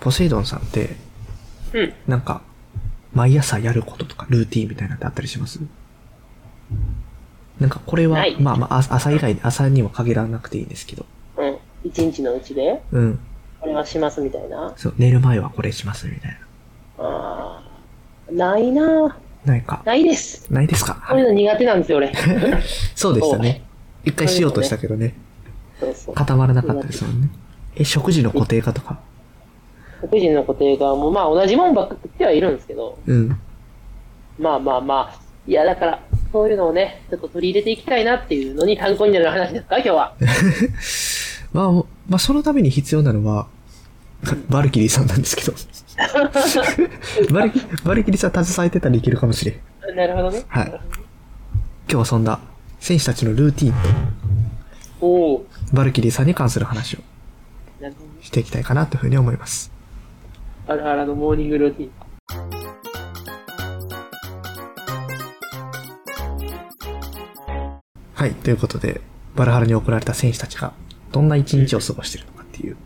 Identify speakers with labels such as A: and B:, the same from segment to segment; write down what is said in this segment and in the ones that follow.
A: ポセイドンさんって、
B: うん。
A: なんか、毎朝やることとか、ルーティンみたいなのってあったりしますなんか、これは
B: ない、
A: まあまあ、あ朝以外、朝には限らなくていいんですけど、
B: うん。一日のうちで、
A: うん。
B: これはしますみたいな。
A: そう、寝る前はこれしますみたい
B: あーないなぁ
A: な。ないか、
B: ないです。
A: ないですか
B: こういうの苦手なんです よ、俺。
A: そうでしたね。一回しようとしたけどね、
B: そうそう。
A: 固まらなかったですもんね。え、食事の固定化とか。
B: 食事の固定が、もうまあ同じもんばっか食ってはいるんですけど、
A: うん。
B: まあまあまあ、いやだから、そういうのをね、ちょっと取り入れていきたいなっていうのに参考になる話ですか、今 日は。
A: まあ、まあ、そのために必要なのは、バルキリーさんなんですけ ど。バルバルキリーさん携えてたらいけるかもしれん。今
B: なるほどね。
A: はい
B: なる
A: 日はそんな、選手たちのルーティン
B: ほどおお。
A: と、バルキリーさんに関する話を
B: なるほどね。
A: していきたいかなというふうに思います。
B: あるあるのモーニングルーティン。
A: はい。ということで、バルハラに送られた選手たちが、どんな一日を過ごしているのかっていう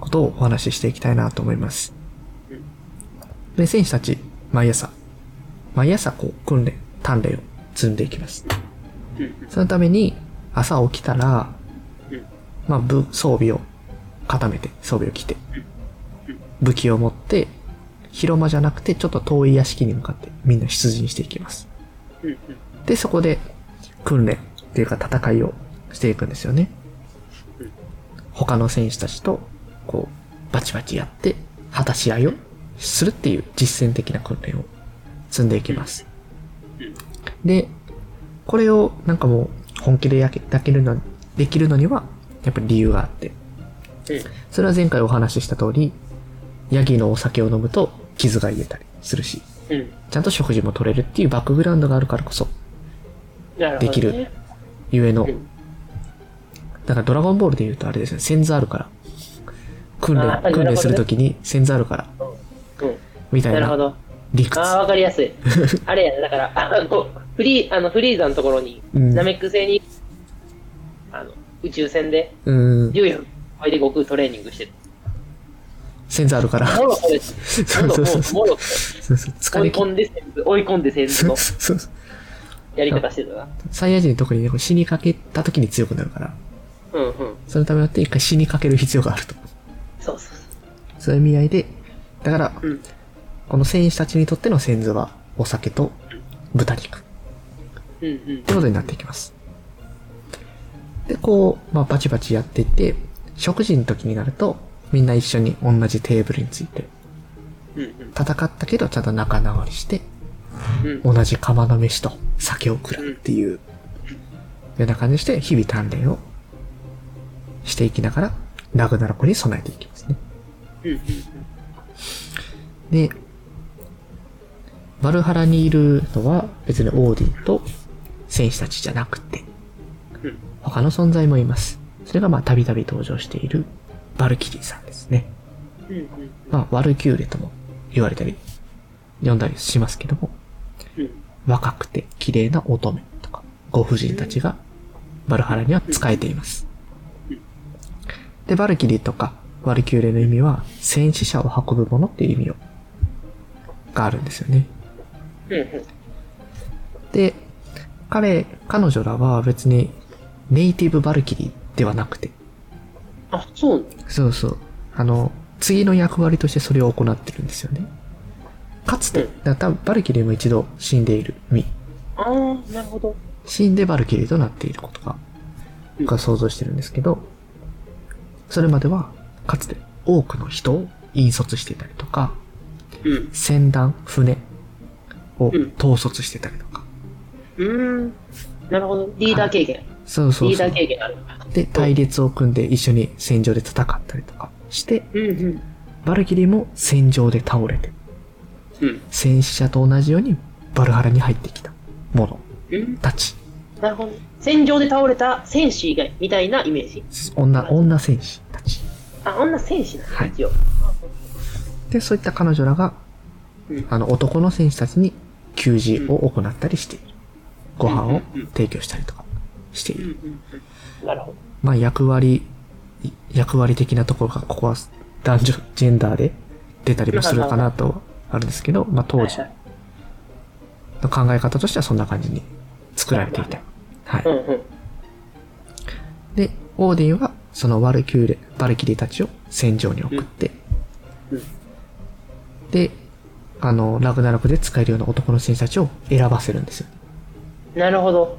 A: ことをお話ししていきたいなと思います。で、選手たち、毎朝、毎朝、こう、訓練、鍛錬を積んでいきます。
B: うん
A: そのために、朝起きたら
B: うん、
A: まあ、武装備を固めて、装備を着て、武器を持って、広間じゃなくて、ちょっと遠い屋敷に向かって、みんな出陣していきます。
B: うんうん。
A: で、そこで訓練っていうか戦いをしていくんですよね。他の選手たちと、こう、バチバチやって、果たし合いをするっていう実践的な訓練を積んでいきます。で、これをなんかもう本気でやけだけるの、できるのには、やっぱり理由があって。
B: う
A: それは前回お話しした通り、ヤギのお酒を飲むと傷が癒えたりするし、
B: ん。うん。
A: ちゃんと食事も取れるっていうバックグラウンドがあるからこそ、
B: なるほど、ね。
A: できるゆえの
B: うん、
A: だからドラゴンボールで言うとあれですね、センザールから。訓
B: あーや
A: 練
B: っぱ、り
A: 訓
B: な
A: 練
B: るほ
A: す
B: どね
A: るときにセンザールから、
B: うん。
A: みたい
B: なるほ
A: な
B: ど。
A: 理屈。
B: ああ、わかりや すい。あれやな、だから、あの、フリー、あの、フリーザのところに、
A: うん
B: ナメック星に、あの、宇宙船で、
A: うーん、
B: 14分、おいで悟空トレーニングしてる。
A: センザールから。
B: モ
A: そ
B: ロコです。
A: うそうそうそう。
B: モロコ。
A: そうそう疲
B: 追い
A: れ切っ
B: 込んで、追い込んで戦
A: そ う
B: 術の
A: そうそう。
B: やり方してたな。
A: サイヤ人特にね、こう死にかけたときに強くなるから、
B: うんうん。
A: そのためによって一回死にかける必要があると。
B: そうそう。
A: そういう意味合いで、だから、
B: うん。
A: この選手たちにとってのセンズは、お酒と豚肉。
B: うんうん
A: っ。てことになっていきます。で、こう、まあ、バチバチやっていって、食事の時になると、みんな一緒に同じテーブルについて、
B: うんうん。
A: 戦ったけどちゃんと仲直りして、
B: うん
A: 同じ釜の飯と酒を食らうっていう、ような感じでして、日々鍛錬をしていきながら、ラグナロコに備えていきますね。
B: うん
A: で、バルハラにいるのは別にオーディンと戦士たちじゃなくて、
B: うん
A: 他の存在もいます。それがまあたびたび登場しているバルキリーさんですね。
B: うんうん
A: まあワルキューレとも言われたり、呼んだりしますけども、
B: うん
A: 若くて綺麗な乙女とか、ご婦人たちがバルハラには仕えています。で、バルキリーとかワルキューレの意味は戦死者を運ぶものっていう意味を、があるんですよね。
B: うんうん
A: で、彼、彼女らは別にネイティブバルキリーではなくて、
B: あ、そうなの
A: そうそう、あの、次の役割としてそれを行ってるんですよね。かつて
B: う、
A: だから多分バルキリーも一度死んでいる身。
B: ああ、なるほど。
A: 死んでバルキリーとなっていることが、
B: うん
A: が想像してるんですけど、それまでは、かつて多くの人を引率していたりとか、
B: うん。
A: 船団、船を
B: うん
A: 統率してたりとか。
B: うーん。なるほど。リーダー経験。
A: そうそうそう。
B: リーダー経験ある。
A: で、隊列を組んで一緒に戦場で戦ったりとかして、
B: うんうん。
A: バルキリーも戦場で倒れて、
B: うん。
A: 戦死者と同じようにバルハラに入ってきた者
B: うん。
A: たち。
B: なるほど。戦場で倒れた戦士以外みたいなイメージ。
A: 女、女戦士たち。
B: あ、女戦士なんだ、
A: はい
B: 一応。
A: で、そういった彼女らが
B: うん、
A: あの、男の戦士たちに給仕を行ったりしている。ご飯を
B: うんうんうん
A: 提供したりとかしている。
B: うん。なるほど。
A: まあ、役割、役割的なところが、ここは男女、ジェンダーで出たりもするかなとあるんですけど、まあ、当時
B: はい
A: の考え方としてはそんな感じに作られていた。はい
B: はい、うんうん。
A: で、オーディンはそのワルキューレ、バルキリーたちを戦場に送って、
B: うんうん
A: で、あの、ラグナロクで使えるような男の戦士たちを選ばせるんですよ。
B: なるほど。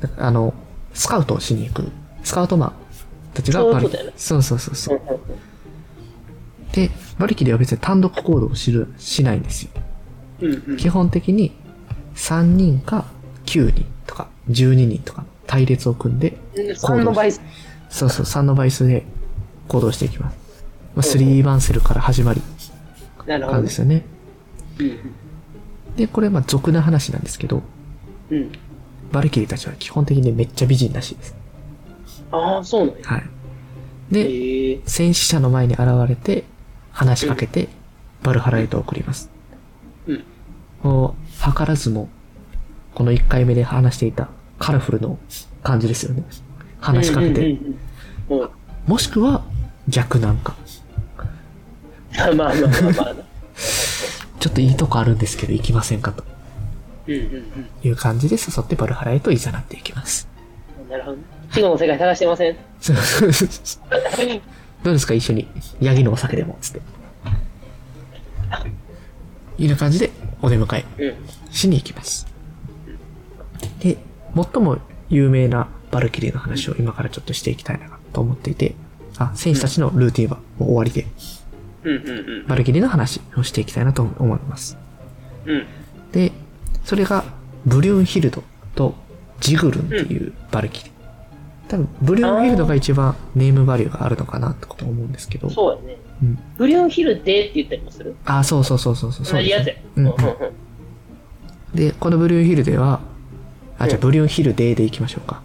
A: だからあの、スカウトをしに行く、スカウトマンたちが
B: そういう
A: バル
B: ことだよね
A: そうそうそう
B: う
A: そ
B: ん
A: う
B: う。んうん
A: で、バルキリーは別に単独行動をしる、しないんですよ。
B: うんうん
A: 基本的に3人か9人とか12人とかの隊列を組んで
B: うん。
A: 行
B: 3の
A: 動し
B: 倍数。
A: そうそう3の倍数で行動していきます、まあ、3バンセルから始まり
B: なるほ
A: な
B: ど
A: ん
B: ね
A: で。すよね
B: うん
A: でこれまあ俗な話なんですけど
B: うん。うん。
A: バルキリーたちは基本的にめっちゃ美人らしいです
B: ああ、そうなんや。
A: はいで
B: へえ。
A: 戦死者の前に現れて話しかけてバルハラへと送ります
B: うん。
A: もう図らずもこの1回目で話していたカラフルの感じですよね話しかけて、
B: うんうんうんうん。
A: もしくは逆なんか。
B: まあまあまあまあまあ。
A: ちょっといいとこあるんですけど行きませんかと
B: うんうん
A: いう感じで誘ってバルハラへと誘っていきます。
B: うん。なるほどね。死後の世界探してません。
A: そうそうそうそうどうですか一緒にヤギのお酒でもつって。いうような感じでお出迎え
B: うん。
A: しに行きます。で、最も有名なバルキリーの話を今からちょっとしていきたいなと思っていて、あ、選手たちのルーティンはもう終わりで、
B: うんうん
A: バルキリーの話をしていきたいなと思います。
B: うん。うん。
A: で、それがブリュンヒルドとジグルンっていうバルキリー。多分、ブリュンヒルドが一番ネームバリューがあるのかなってこと思うんですけど。う。
B: そうやね。
A: ん、
B: ブリュンヒルデーって言ったりもする
A: あ、そうそうそうそうそうそう
B: 同じ
A: で
B: や
A: す
B: つや
A: ね。。
B: う
A: うんん
B: う
A: うんん
B: うん。
A: で、このブリュンヒルデは、あ、じゃあ
B: うん
A: ブリュンヒルデでいきましょうか。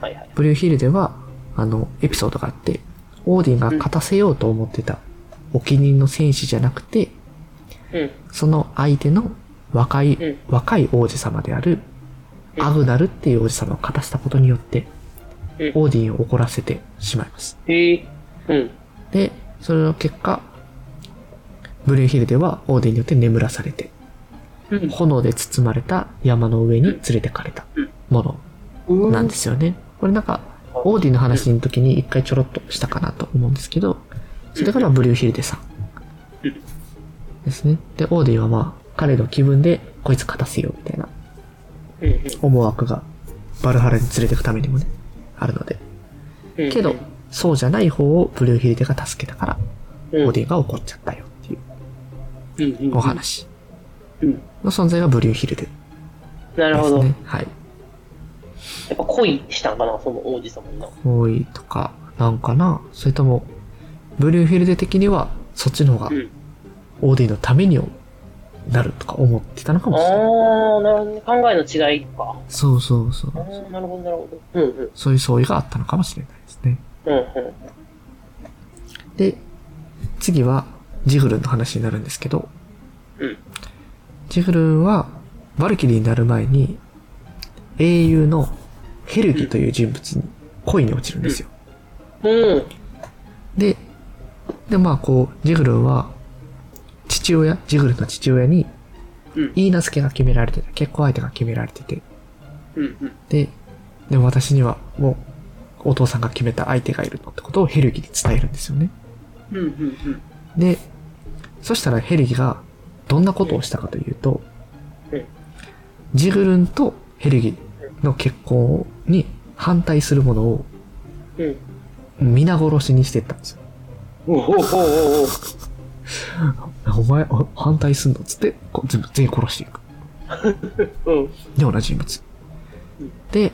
B: あはいはい。
A: ブリュンヒルデは、あの、エピソードがあって、オーディンが勝たせようと思ってたお気に入りの戦士じゃなくて、
B: うん。
A: その相手の若い、
B: うん
A: 若い王子様である、
B: うん
A: アグナルっていう王子様を勝たせたことによって、
B: うん
A: オーディンを怒らせてしまいます。
B: へえ。うん。
A: で、それの結果、ブリューヒルデはオーディンによって眠らされて、
B: うん。
A: 炎で包まれた山の上に連れてかれたも
B: う
A: の
B: ん
A: なんですよね。これなんか、オーディンの話の時に一回ちょろっとしたかなと思うんですけど、それからブリューヒルデさん
B: うん
A: ですね。で、オーディンはまあ、彼の気分でこいつ勝たせようみたいな
B: うん
A: 思惑がバルハラに連れてくためにもね、あるので。
B: うん。
A: けど、そうじゃない方をブルーヒルデが助けたから、
B: うん、
A: オディが怒っちゃったよっていう
B: うんうんうん
A: お。話
B: うん。
A: の存在がブルーヒルデで
B: なるほ
A: す
B: ど。や
A: ね。はい。
B: っぱ恋したんかな、その王子様にな。
A: 多いとか、なんかなそれとも、ブルーヒルデ的には、そっちの方が
B: うん。
A: オーディのためになるとか思ってたのかもしれない。
B: ああ、なるほどね。考えの違いとか。
A: そうそうそ
B: ああ
A: う。、
B: なるほど、なるほど。うんうん。
A: そういう相違があったのかもしれないですね。
B: うん
A: で、次は、ジグルンの話になるんですけど、
B: うん。うん。
A: ジフルンは、バルキリーになる前に、英雄のヘルギという人物に恋に落ちるんですよ。
B: うん。
A: で、で、まあこう、ジフルンは、父親、ジフルンの父親に、
B: うん。
A: いいなすけが決められてて、結婚相手が決められてて、
B: うん。うん。
A: で、でも私にはもう、お父さんが決めた相手がいるのってことをヘルギに伝えるんですよね。
B: うん。うん。
A: で、そしたらヘルギがどんなことをしたかというと、
B: うん
A: ジグルンとヘルギの結婚に反対するものを
B: うん。
A: 皆殺しにしてったんですよ。
B: おおおおお
A: お前、お反対すんのっつって、こう全部全員殺していく。
B: うん。
A: で、同じ人物
B: うん。
A: で、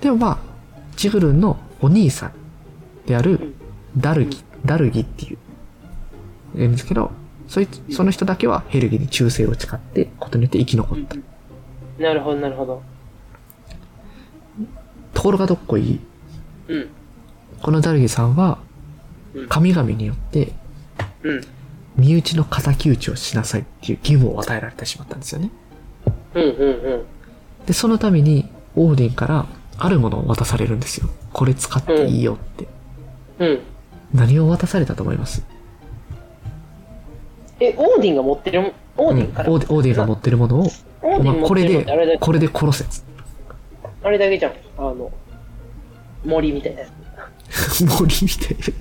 A: でもまあ、ジグルンのお兄さんであ
B: ん
A: るダルギ、ダルギっていう、いるんですけど、そいつ、その人だけはヘルギに忠誠を誓って、ことによって生き残った。
B: なるほど、なるほど。
A: ところがどっこいい、
B: うん。
A: このダルギさんは
B: うん、
A: 神々によって、
B: うん。
A: 身内の敵討ちをしなさいっていう義務を与えられてしまったんですよね。
B: うん。うん。
A: で、そのために、オーディンから、あるものを渡されるんですよ。これ使っていいよって。
B: うん。うん。
A: 何を渡されたと思います
B: え、オーディンが持ってるも、オー
A: うん
B: デ
A: オ
B: ィ
A: ー
B: ンか
A: デ
B: ら、
A: ィオーディが持ってるものを、
B: オー
A: お
B: ディン
A: 前
B: 持
A: こ
B: っ
A: れ
B: てるのっ
A: で
B: てあれだ、け
A: これで殺せっ つっ
B: あれだけじゃん。あの、森みたいなや
A: て。森みたいな。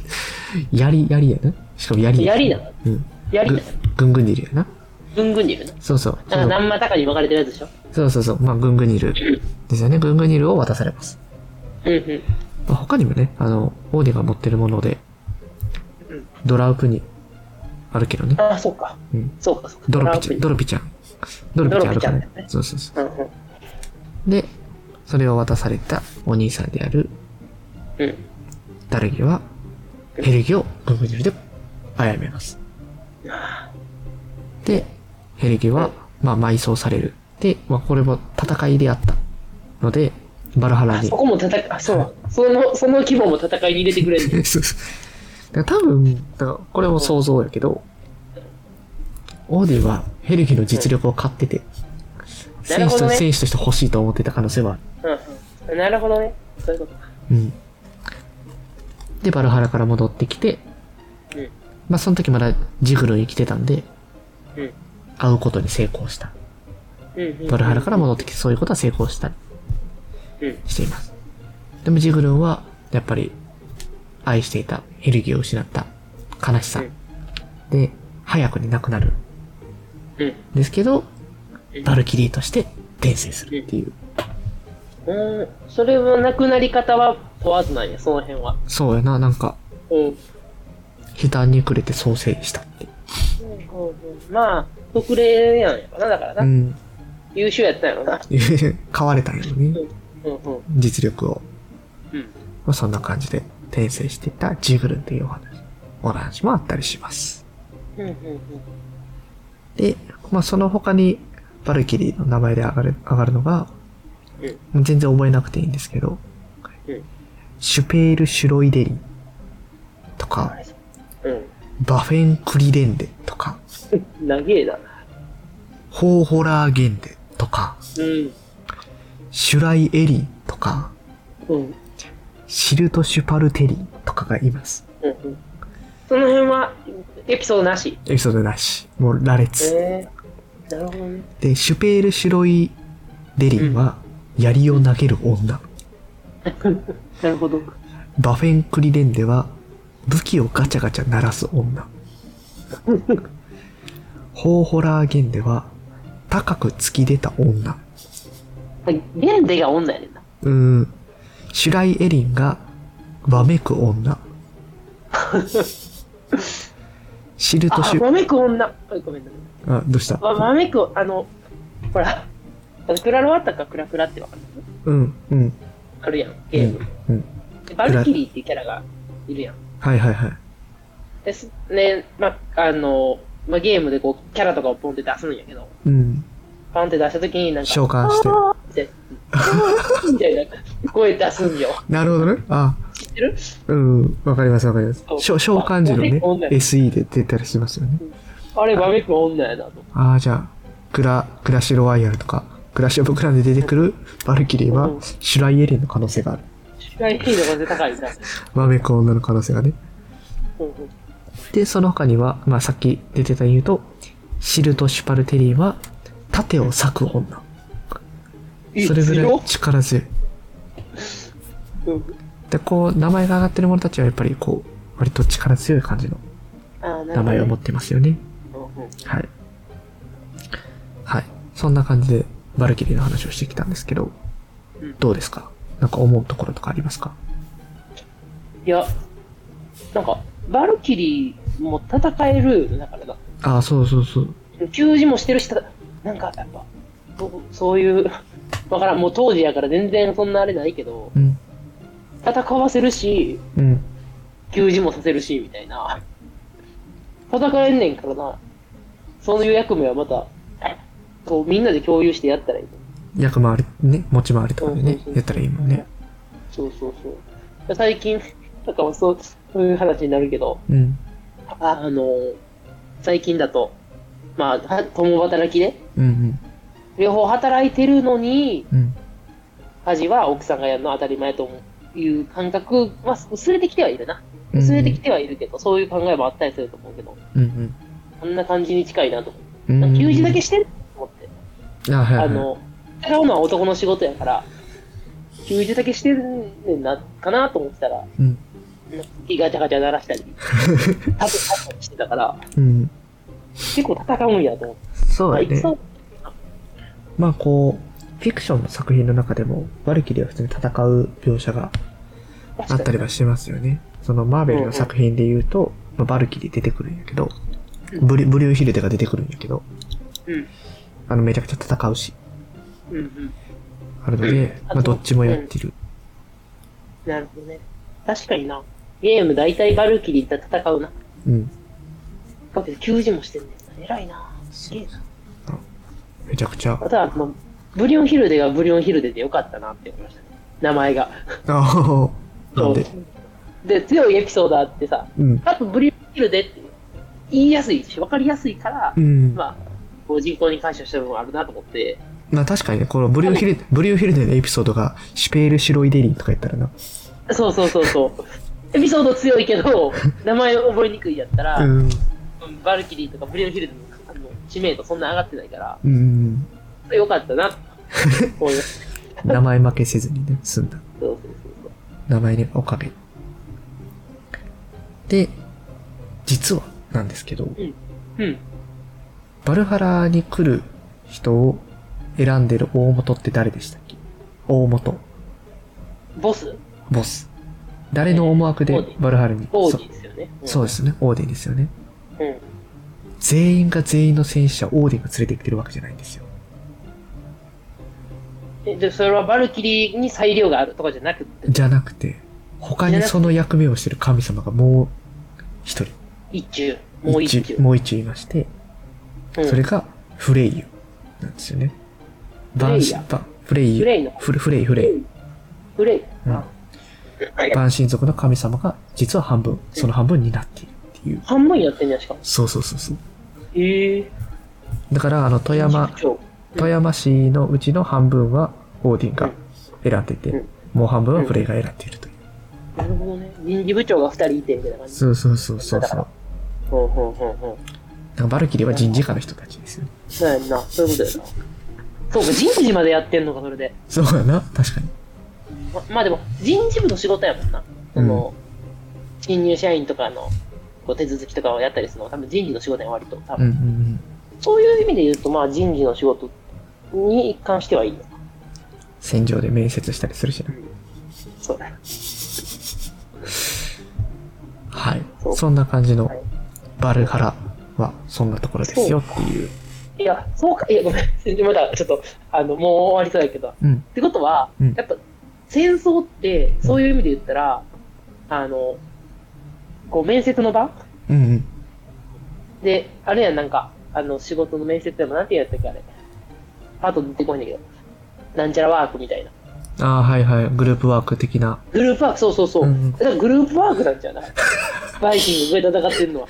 A: 槍、槍やな。しかも槍
B: つ。槍な
A: な。
B: の
A: うん。
B: 槍なの
A: ぐんぐんにいるやな。
B: ぐんぐんにいるの
A: そうそう。
B: なんか何股かに分かれてるやつでしょ
A: そうそうそう。まあ、ぐんぐんにいる。ですよね。ぐんぐんにいるを渡されます。
B: うんうん。
A: まあ他にもね、あの、オーディが持ってるもので、ドラウプにあるけどね。
B: ああ、そうか。
A: うん。
B: そうか、そうか。
A: ドロピちゃん、ド
B: ドラ
A: ロピちゃん。ドロピちゃんあるから
B: ドロ
A: ね
B: ピちゃんだよね。
A: そうそうそ
B: オプリン
A: う。で、それを渡されたお兄さんである
B: うんうん。
A: ダルギは、ヘルギをグングニルで殺めます。で、ヘルギは、まあ、埋葬される。で、まあ、これも戦いであったので、バルハラ
B: あ
A: に
B: そこも戦い、あ、そう。その、その規模も戦いに入れてく れるんだ。
A: そうそうだ から多分、だからこれも想像やけど、オーディはヘルギの実力を買ってて、
B: な
A: 選
B: る
A: 手
B: ほど
A: と
B: ね
A: 選手として欲しいと思ってた可能性はある。
B: うんうん。なるほどね。そういうことか。
A: うん。で、バルハラから戻ってきて、
B: うん
A: まあその時まだジグルに来てたんで、
B: うん
A: 会うことに成功した。
B: うんうん。
A: バルハラから戻ってきて、そういうことは成功したり
B: うん。
A: しています。でもジグルンは、やっぱり、愛していたヘルギを失った悲しさ
B: うん
A: で、早くに亡くなるん
B: うん。
A: ですけど
B: うん、
A: バルキリーとして転生するっていう。
B: うん、それは亡くなり方は問わずなんや、その辺は。
A: そうやな、なんか、
B: うん。うん
A: 悲嘆に暮れて創生したって。
B: うんうん、まあ、特例やんやろな、だからな。
A: うん。
B: 優秀やったんやろな。
A: 買われたんやろね
B: う。んうんうん。
A: 実力を。
B: うん。
A: まあ、そんな感じで転生していたジグルンっていうお話、お話もあったりします。
B: うんうん
A: で、まあ、その他に、バルキリーの名前で上がる、上がるのが、
B: うん。
A: 全然覚えなくていいんですけど、
B: うん。
A: シュペール・シュロイデリンとか、
B: うん。
A: バフェン・クリレンデとか、
B: うん。長えな。
A: ホーホラー・ゲンデとか、
B: うん。
A: シュライ・エリンとか、
B: うん。
A: シルト・シュパルテリンとかがいます。
B: うんうん。その辺は、エピソードなし。
A: エピソードなし。もう羅列。
B: えー、なるほどね。
A: で、シュペール・シュロイ・デリンは、槍を投げる女。
B: なるほど。
A: バフェン・クリレンでは武器をガチャガチャ鳴らす 女ホーホラーゲンでは高く突き出た女
B: ゲンデが女やねんな。
A: うーんシュライ・エリンがわめく 女シルト
B: あ、
A: シュ
B: わめく女。あごめんなさい。
A: あどうした
B: わわめく、あの、ほら、あのクラロワッタかクラクラってわかる
A: うんうん
B: あるやん、
A: う
B: ゲーム
A: ん。うん
B: でバルキリーっていうキャラがいるやん。
A: はいはいはい
B: です、ね、まあ、あの、まあ、ゲームでこう、キャラとかをポンって出すんやけど、
A: うん
B: パンって出した時になんか、
A: 召喚して
B: あーって、み たいな声出すんよ。
A: なるほどねあ
B: 知ってる
A: うんわかりますわかりますしょ召喚時のね
B: あわめく女
A: SE で出たりしますよね
B: あれ、わめく女やなと。
A: ああ、じゃあ、クラ、クラッシュロワイヤルとか、クラッシュオブクランで出てくるバルキリーは
B: うん、
A: シュライエリンの可能性がある。
B: 主体頻度が絶対高いな。
A: マメコ女の可能性がね。
B: うんうん
A: で、その他には、まあさっき出てた言うと、シルト・シュパルテリーは、盾を裂く女。
B: え
A: それぐら
B: 強
A: い
B: っ
A: 力強い。
B: うん
A: で、こう、名前が上がってる者たちはやっぱりこう、割と力強い感じの
B: あーなるほどね
A: 名前を持ってますよね。
B: うんうん
A: はい。はい。そんな感じで、バルキリーの話をしてきたんですけど
B: うん、
A: どうですかなんか思うところとかありますか
B: いや、なんか、バルキリーも戦えるよねだからな。
A: ああ、そうそうそう。
B: 給仕もしてるし、ただなんかやっぱ、そうそういう、わからん、もう当時やから全然そんなあれないけど、
A: うん。
B: 戦わせるし、
A: うん。
B: 給仕もさせるし、みたいな。戦えんねんからな。そういう役目はまた、こうみんなで共有してやったらいい。
A: 役回り、ね、持ち回りとかでね
B: そうそうそ、う
A: やったらいいもんね。
B: そうそうそう。最近、 なんかそうそういう話になるけど、
A: うん。
B: ああの、最近だと、まあ、は共働きで、
A: うん
B: 両方働いてるのに、
A: うん。うん。
B: 家事は奥さんがやるのは当たり前という感覚は薄れてきてはいるな。
A: うん
B: 薄れてきてはいるけど、そういう考えもあったりすると思うけど、
A: うんうん。
B: こんな感じに近いなと思って
A: うん
B: なんか給仕だけしてんと思って。
A: あ、はいはい、
B: あの、戦うのは男の仕事やから、給仕だけしてんねんな、かなと思ってたら、
A: うん。
B: 火ガチャガチャ鳴らしたり、タブタブしてたから、
A: うん。
B: 結構戦うんやと思って。
A: そうだ
B: まあ
A: ね。
B: 戦う
A: まあこう、フィクションの作品の中でも、バルキリーは普通に戦う描写が
B: 確
A: あ
B: か
A: っ
B: に
A: たりはしてますよね。そのマーベルの作品で言うと、まあ、バルキリー出てくるんやけど、
B: うん
A: ブリブリューヒルデが出てくるんやけど、
B: うん。
A: あのめちゃくちゃ戦うし、
B: うんうん。
A: あるので、まあどっちもやってる。
B: なるほどね。確かにな。ゲーム大体バルキリーと戦うな。
A: うん。
B: だけど、給仕もしてんねんな。偉いな。すげえな。
A: めちゃくちゃ。
B: あとは、まあ、ブリオンヒルデがブリオンヒルデでよかったなって思いましたね。名前が。
A: ああ、なんで。
B: そう で、強いエピソードあってさ、
A: うん。
B: 多分ブリオンヒルデって言いやすいし、わかりやすいから、
A: うん。
B: まあ、こう人口に感謝した部分あるなと思って、
A: まあ確かにね、このブリューヒルデ、ブリューヒルデのエピソードが、シュペール・シュロイデリンとか言ったらな。
B: そうそうそうそう。エピソード強いけ ど、名前覚えにくいやったら、
A: うん。
B: バルキリーとかブリオンヒルデのあの知名度そんな上がってないから、
A: うん。
B: よ かったなって思いました。
A: 名前負けせずにね、済んだ。
B: そうそうそうそう。
A: 名前ね、おかげ。で、実はなんですけど、
B: うん。
A: バルハラに来る人を選んでる大元って誰でしたっけ大元、
B: ボス
A: ボス。誰の思惑
B: オ
A: で
B: ーディ
A: バルハラに
B: 王
A: そ
B: 子ですよね。
A: そうですね、オーディンですよね。
B: うん。うん。
A: 全員が全員の戦死者をオーディンが連れてきてるわけじゃないんですよ。
B: えで、それはバルキリーに裁量があるとかじゃなくて、
A: じゃなくて、他にその役目をしてる神様がもう一人、
B: 一中、もう一中。
A: もう一いまして、
B: うん
A: それがフレイユなんですよね。
B: フレイヤ
A: バンフレイユ。
B: フレイの
A: フレフレイ、フレイ。
B: グレイ。
A: うん
B: あ
A: 万神族の神様が実は半分、その半分になっているっていう。
B: 半分やってんじゃん、しかも。
A: そうそうそうそう。
B: へえ。
A: だから、あの、富山、
B: 超
A: 富山市のうちの半分はオーディンが選んで
B: う
A: て
B: ん、
A: もう半分はフレイが選んでいるという。
B: なるほどね。人事部長が二人いてみたいな感じ。
A: そうそうそうそう
B: だ
A: そ
B: か
A: う
B: ら。ほうほうほうほ
A: なんかバルキリーは人事課の人たちですよね。
B: う。そうやんな。そういうことやな。そうか、人事までやってんのか、それで。
A: そうやな、確かに。
B: ままあでも、人事部の仕事やもんな。その、新入社員とかの、こう手続きとかをやったりするのは多分人事の仕事やん割と。多
A: う
B: 分
A: んうんうん。
B: そういう意味で言うと、まあ人事の仕事に関してはいいのか。
A: 戦場で面接したりするしな。
B: そうだ。
A: はい
B: そ。う
A: そんな感じの
B: はい
A: バルハラはそんなところですよっていう。
B: いや、そうか、いや、ごめん。 まだちょっと、あの、もう終わりそうやけど。っ
A: うん。
B: てことは、
A: うん
B: やっぱ、戦争って、そういう意味で言ったら、あの、こう、面接の場
A: うんうん。
B: で、あれやん、なんか、あの、仕事の面接でも、なんて言うんやったっけ、あれ。あと出てこいんだけど。なんちゃらワークみたいな。
A: ああ、はいはい。グループワーク的な。
B: グループワーク、そうそうそう。
A: うんうん
B: だからグループワークなん じゃないバイキング上戦ってるのは。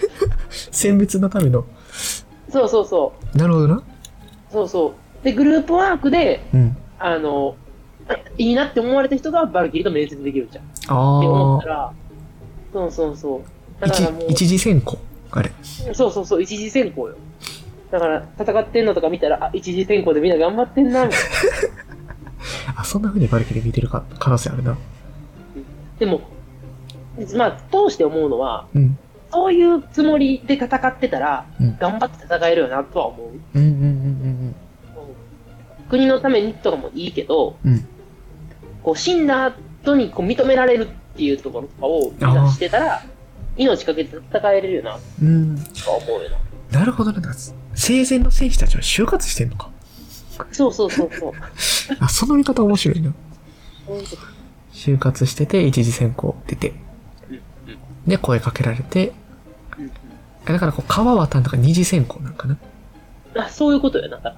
A: 選別のための。
B: そうそうそう。
A: なるほどな。
B: そうそう。で、グループワークで、
A: うん。
B: あの、いいなって思われた人がバルキリーと面接できるじゃん。って思
A: あ
B: ったら、そうそうそう。
A: あ。
B: だか
A: 一
B: らも、う、
A: 一次選考。あれ。
B: そうそうそう、一次選考よ。だから、戦ってんのとか見たら、あ、一次選考でみんな頑張ってんな、みたいな。
A: あ、そんな風にバルキリー見てるか、可能性あるな。
B: でも、まあ、通して思うのは、
A: うん。
B: そういうつもりで戦ってたら、
A: うん。
B: 頑張って戦えるよなとは思う。
A: うんうんうん
B: 国のためにとかもいいけど、
A: うんうん。うん。
B: こう死んだ後にこう認められるっていうところとかを目指してたら、命かけて戦えれるよな
A: うん。
B: とは思うよな。
A: なるほどな。なんか生前の選手たちは就活してんのか。
B: そうそうそうそう。
A: あ、その見方面白いな。
B: そういうこと
A: 就活してて、一次選考出て。
B: うんうん
A: で、声かけられて。
B: うんうん
A: あだから、こう、川渡んとか二次選考なんかな。
B: あそういうことよな、だから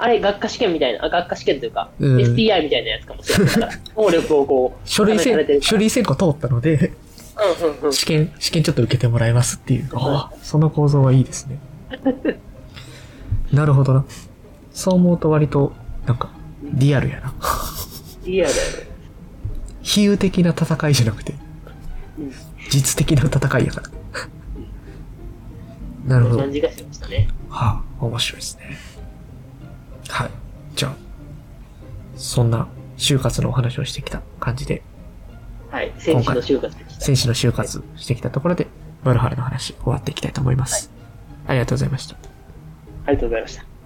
B: あれ、学科試験みたいな、あ学科試験というか、
A: うん
B: STI みたいなやつかもしれない。だから、能力をこう、
A: 書類
B: 試さ
A: 選
B: れてる、か
A: 書類選考通ったので、
B: らうんうんうん。
A: 試験、試験ちょっと受けてもらいますっていう。ああ、その構造はいいですね。なるほどな。そう思うと割と、なんか、リアルやな。
B: リアルやね。
A: 比喩的な戦いじゃなくて、
B: うん
A: 実的な戦いやから。 なるほど。
B: 感じがしましたね。
A: はあ、面白いですね。はい。じゃあ、そんな就活のお話をしてきた感じで、
B: はい。選手の就活でした。
A: 選手の就活してきたところで、バルハラの話終わっていきたいと思います。ありがとうございました。
B: ありがとうございました。